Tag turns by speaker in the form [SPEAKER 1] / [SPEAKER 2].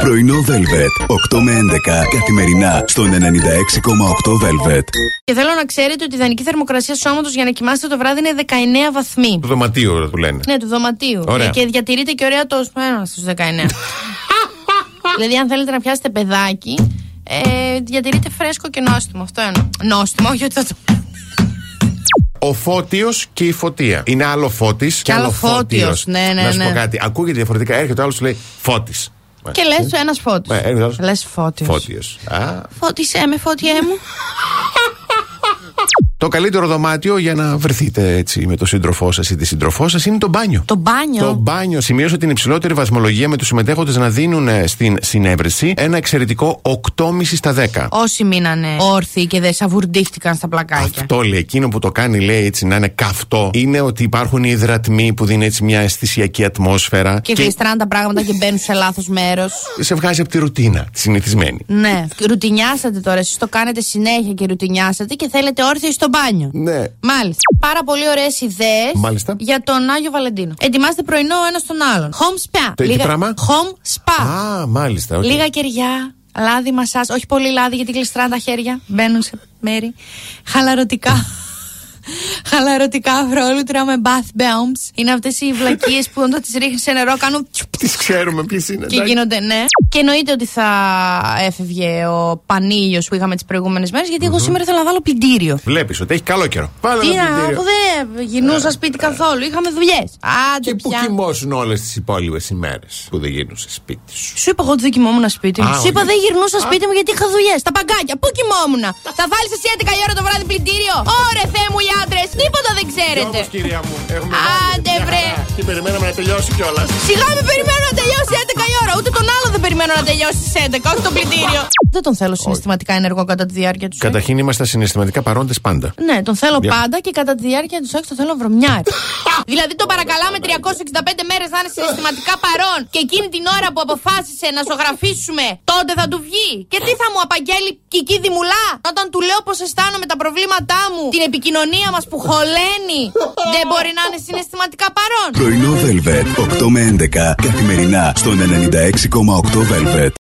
[SPEAKER 1] Πρωινό Velvet. 8 με 11 καθημερινά στον 96,8 Velvet.
[SPEAKER 2] Και θέλω να ξέρετε ότι η ιδανική θερμοκρασία σώματος για να κοιμάστε το βράδυ είναι 19 βαθμοί.
[SPEAKER 3] Του δωματίου ρε, του λένε.
[SPEAKER 2] Ναι, του δωματίου.
[SPEAKER 3] Ωραία.
[SPEAKER 2] Ε, Και διατηρείται και ωραία το σπέρα στου 19. δηλαδή, αν θέλετε να πιάσετε παιδάκι, ε, διατηρείται φρέσκο και νόστιμο. Αυτό είναι. Νόστιμο, όχι ότι θα το.
[SPEAKER 3] Ο φώτιος και η φωτία. Είναι άλλο φώτης και,
[SPEAKER 2] άλλο
[SPEAKER 3] φώτιος.
[SPEAKER 2] φώτιος. Ναι, ναι,
[SPEAKER 3] Να σου
[SPEAKER 2] ναι.
[SPEAKER 3] πω κάτι. Ακούγεται διαφορετικά. Έρχεται ο άλλος σου λέει φώτης.
[SPEAKER 2] και λες ένας φώτη.
[SPEAKER 3] Ναι, έρχεται ο άλλος.
[SPEAKER 2] Λες φώτη.
[SPEAKER 3] Φώτιο.
[SPEAKER 2] Φώτισε με, φώτιέ μου.
[SPEAKER 3] Το καλύτερο δωμάτιο για να βρεθείτε έτσι με τον σύντροφό σας ή τη σύντροφό σας είναι το μπάνιο.
[SPEAKER 2] Το μπάνιο.
[SPEAKER 3] Το μπάνιο σημείωσε την υψηλότερη βαθμολογία με τους συμμετέχοντες να δίνουν ε, στην συνέβρεση ένα εξαιρετικό 8,5 στα 10.
[SPEAKER 2] Όσοι μείνανε όρθιοι και δεν σαβουρντίχτηκαν στα πλακάκια.
[SPEAKER 3] Αυτό λέει, εκείνο που το κάνει λέει έτσι να είναι καυτό είναι ότι υπάρχουν οι υδρατμοί που δίνουν έτσι μια αισθησιακή ατμόσφαιρα
[SPEAKER 2] Και γλιστράνε τα πράγματα και μπαίνουν σε λάθος μέρος.
[SPEAKER 3] σε βγάζει από τη ρουτίνα, τη συνηθισμένη.
[SPEAKER 2] Ναι, ρουτινιάσατε τώρα. Εσείς το κάνετε συνέχεια και ρουτινιάσατε και θέλετε όρθιο στο μπάνιο.
[SPEAKER 3] Ναι.
[SPEAKER 2] Μάλιστα. Πάρα πολύ ωραίες ιδέες
[SPEAKER 3] Μάλιστα.
[SPEAKER 2] για τον Άγιο Βαλεντίνο. Ετοιμάστε πρωινό ο ένας τον άλλον. Home spa.
[SPEAKER 3] Το τι πράγμα?
[SPEAKER 2] Home spa.
[SPEAKER 3] Α, μάλιστα. οκ.
[SPEAKER 2] Λίγα κεριά. Λάδι μασά. Όχι πολύ λάδι γιατί γλιστράνε τα χέρια. Μπαίνουν σε μέρη. Χαλαρωτικά. Χαλαρωτικά αφρόλουτρα με bath bombs. Είναι αυτές οι βλακίες που όταν τις ρίχνεις σε νερό κάνουν. τσουπ
[SPEAKER 3] Τις ξέρουμε ποιες είναι.
[SPEAKER 2] Και
[SPEAKER 3] εντάξει.
[SPEAKER 2] γίνονται, ναι. Και εννοείται ότι θα έφευγε ο πανίλιος που είχαμε τις προηγούμενες μέρες, γιατί εγώ σήμερα ήθελα να βάλω πλυντήριο.
[SPEAKER 3] Βλέπεις ότι έχει καλό καιρό. Βάλε
[SPEAKER 2] Τι
[SPEAKER 3] ένα
[SPEAKER 2] να,
[SPEAKER 3] πλυντήριο. Ε.
[SPEAKER 2] που δεν γινούσα σπίτι καθόλου. Είχαμε δουλειές. Άντε
[SPEAKER 3] Και που
[SPEAKER 2] πια.
[SPEAKER 3] κοιμώσουν όλες τις υπόλοιπες ημέρες που δεν γίνουν σε σπίτι σου.
[SPEAKER 2] Σου είπα εγώ ότι δεν κοιμόμουν σπίτι μου.
[SPEAKER 3] Α,
[SPEAKER 2] Σου είπα
[SPEAKER 3] όχι.
[SPEAKER 2] δεν γυρνούσα σπίτι μου γιατί είχα δουλειές. Τα παγκάκια. Πού κοιμόμουν. Θα βάλεις εσύ 11 η ώρα το βράδυ πλυντήριο. Ωρε θέ μου οι άντρες. Τίποτα δεν ξέρετε.
[SPEAKER 3] Όμως, κυρία μου, έχουμε
[SPEAKER 2] Άντε,
[SPEAKER 3] μια
[SPEAKER 2] βρε.
[SPEAKER 3] χαρά. Και περιμέναμε να τελειώσει κιόλας.
[SPEAKER 2] Σιγά με περιμένω να τελειώσει 11 η ώρα. Ούτε τον άλλο δεν περιμένω να τελειώσει στις 11. Όχι το πλυντήριο. Δεν τον θέλω συναισθηματικά ενεργό κατά τη διάρκεια του σεξ.
[SPEAKER 3] Καταρχήν είμαστε συναισθηματικά παρόντες πάντα.
[SPEAKER 2] Ναι, τον θέλω
[SPEAKER 3] Για-
[SPEAKER 2] πάντα και κατά τη διάρκεια του σεξ τον θέλω βρωμιάρι. δηλαδή τον παρακαλάμε 365 μέρες να είναι συναισθηματικά παρόν και εκείνη την ώρα που αποφάσισε να ζωγραφίσουμε, τότε θα του βγει. Και τι θα μου απαγγέλει κική δημουλά όταν του λέω πώ αισθάνομαι τα προβλήματά μου, την επικοινωνία μας που χωλαίνει. Δεν μπορεί να είναι συναισθηματικά παρόν.
[SPEAKER 1] Πρωινό Velvet. 8 με 11 καθημερινά στον 96,8 Velvet.